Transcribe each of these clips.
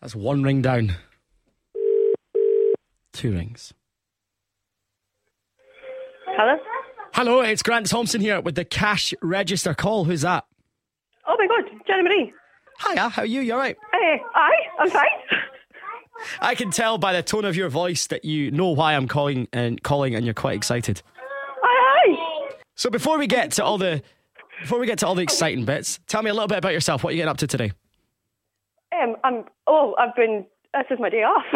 That's one ring down. Two rings. Hello? Hello, it's Grant Thompson here with the cash register call. Who's that? Oh my god, Jenny Marie. Hiya, how are you? You alright? Hey, hi, I'm fine. I can tell by the tone of your voice that you know why I'm calling and calling and you're quite excited. Hi, hi. So before we get to all the before we get to all the exciting bits, tell me a little bit about yourself. What are you getting up to today? Um, I'm, oh, I've been, this is my day off.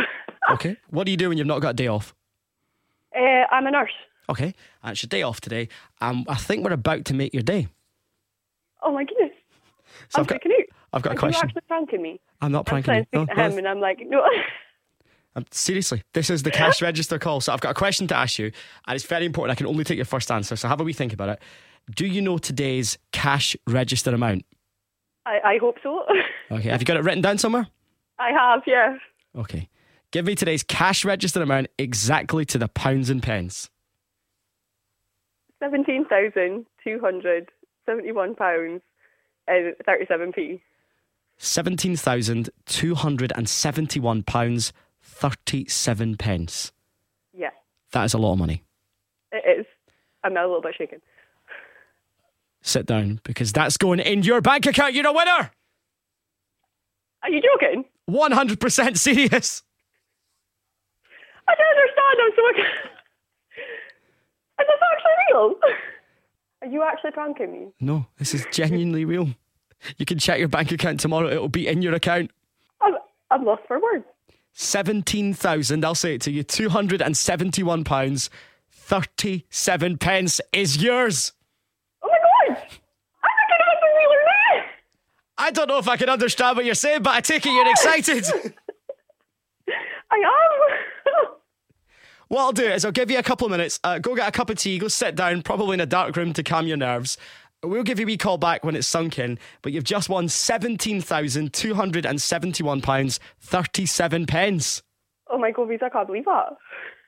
Okay. What do you do when you've not got a day off? uh, I'm a nurse. Okay. And it's your day off today. Um, I think we're about to make your day. Oh my goodness. So I'm I've got, freaking out. I've got a Are question. you actually pranking me? I'm not I'm pranking you. Oh, No, trying to speak no, to him and I'm like, no. Um, seriously, this is the cash register call. So I've got a question to ask you, and it's very important. I can only take your first answer. So have a wee think about it. Do you know today's cash register amount? I, I hope so. Okay. Have you got it written down somewhere? I have, yeah. Okay. Give me today's cash register amount exactly to the pounds and pence. 17,271 pounds and 37p. Seventeen thousand two hundred and seventy-one pounds thirty-seven pence. Yeah, That is a lot of money. it is. I'm a little bit shaken. Sit down because that's going in your bank account. You're a winner. Are you joking? One hundred percent serious. I don't understand. I'm so. Is this actually real? Are you actually pranking me? No, this is genuinely real. You can check your bank account tomorrow. It'll be in your account. I'm, I'm lost for words. 17,000, I'll say it to you, £271, 37 pence is yours. Oh my god! I think I got some real or not. I don't know if I can understand what you're saying, but I take it you're excited. I am. what I'll do is I'll give you a couple of minutes. Uh, go get a cup of tea, go sit down, probably in a dark room to calm your nerves. We'll give you a wee call back when it's sunk in, but you've just won £17,271, 37 pence. oh my god, I can't believe that.